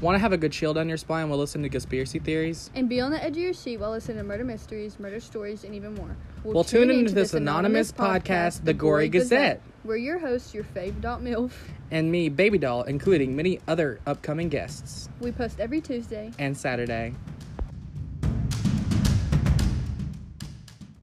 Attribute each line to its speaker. Speaker 1: Want to have a good shield on your spine while listening to conspiracy theories?
Speaker 2: And be on the edge of your seat while listening to murder mysteries, murder stories, and even more.
Speaker 1: Well, tune into this anonymous podcast, The Gory Gazette.
Speaker 2: We're your hosts, your fave dot milf.
Speaker 1: And me, Baby Doll, including many other upcoming guests.
Speaker 2: We post every Tuesday.
Speaker 1: And Saturday.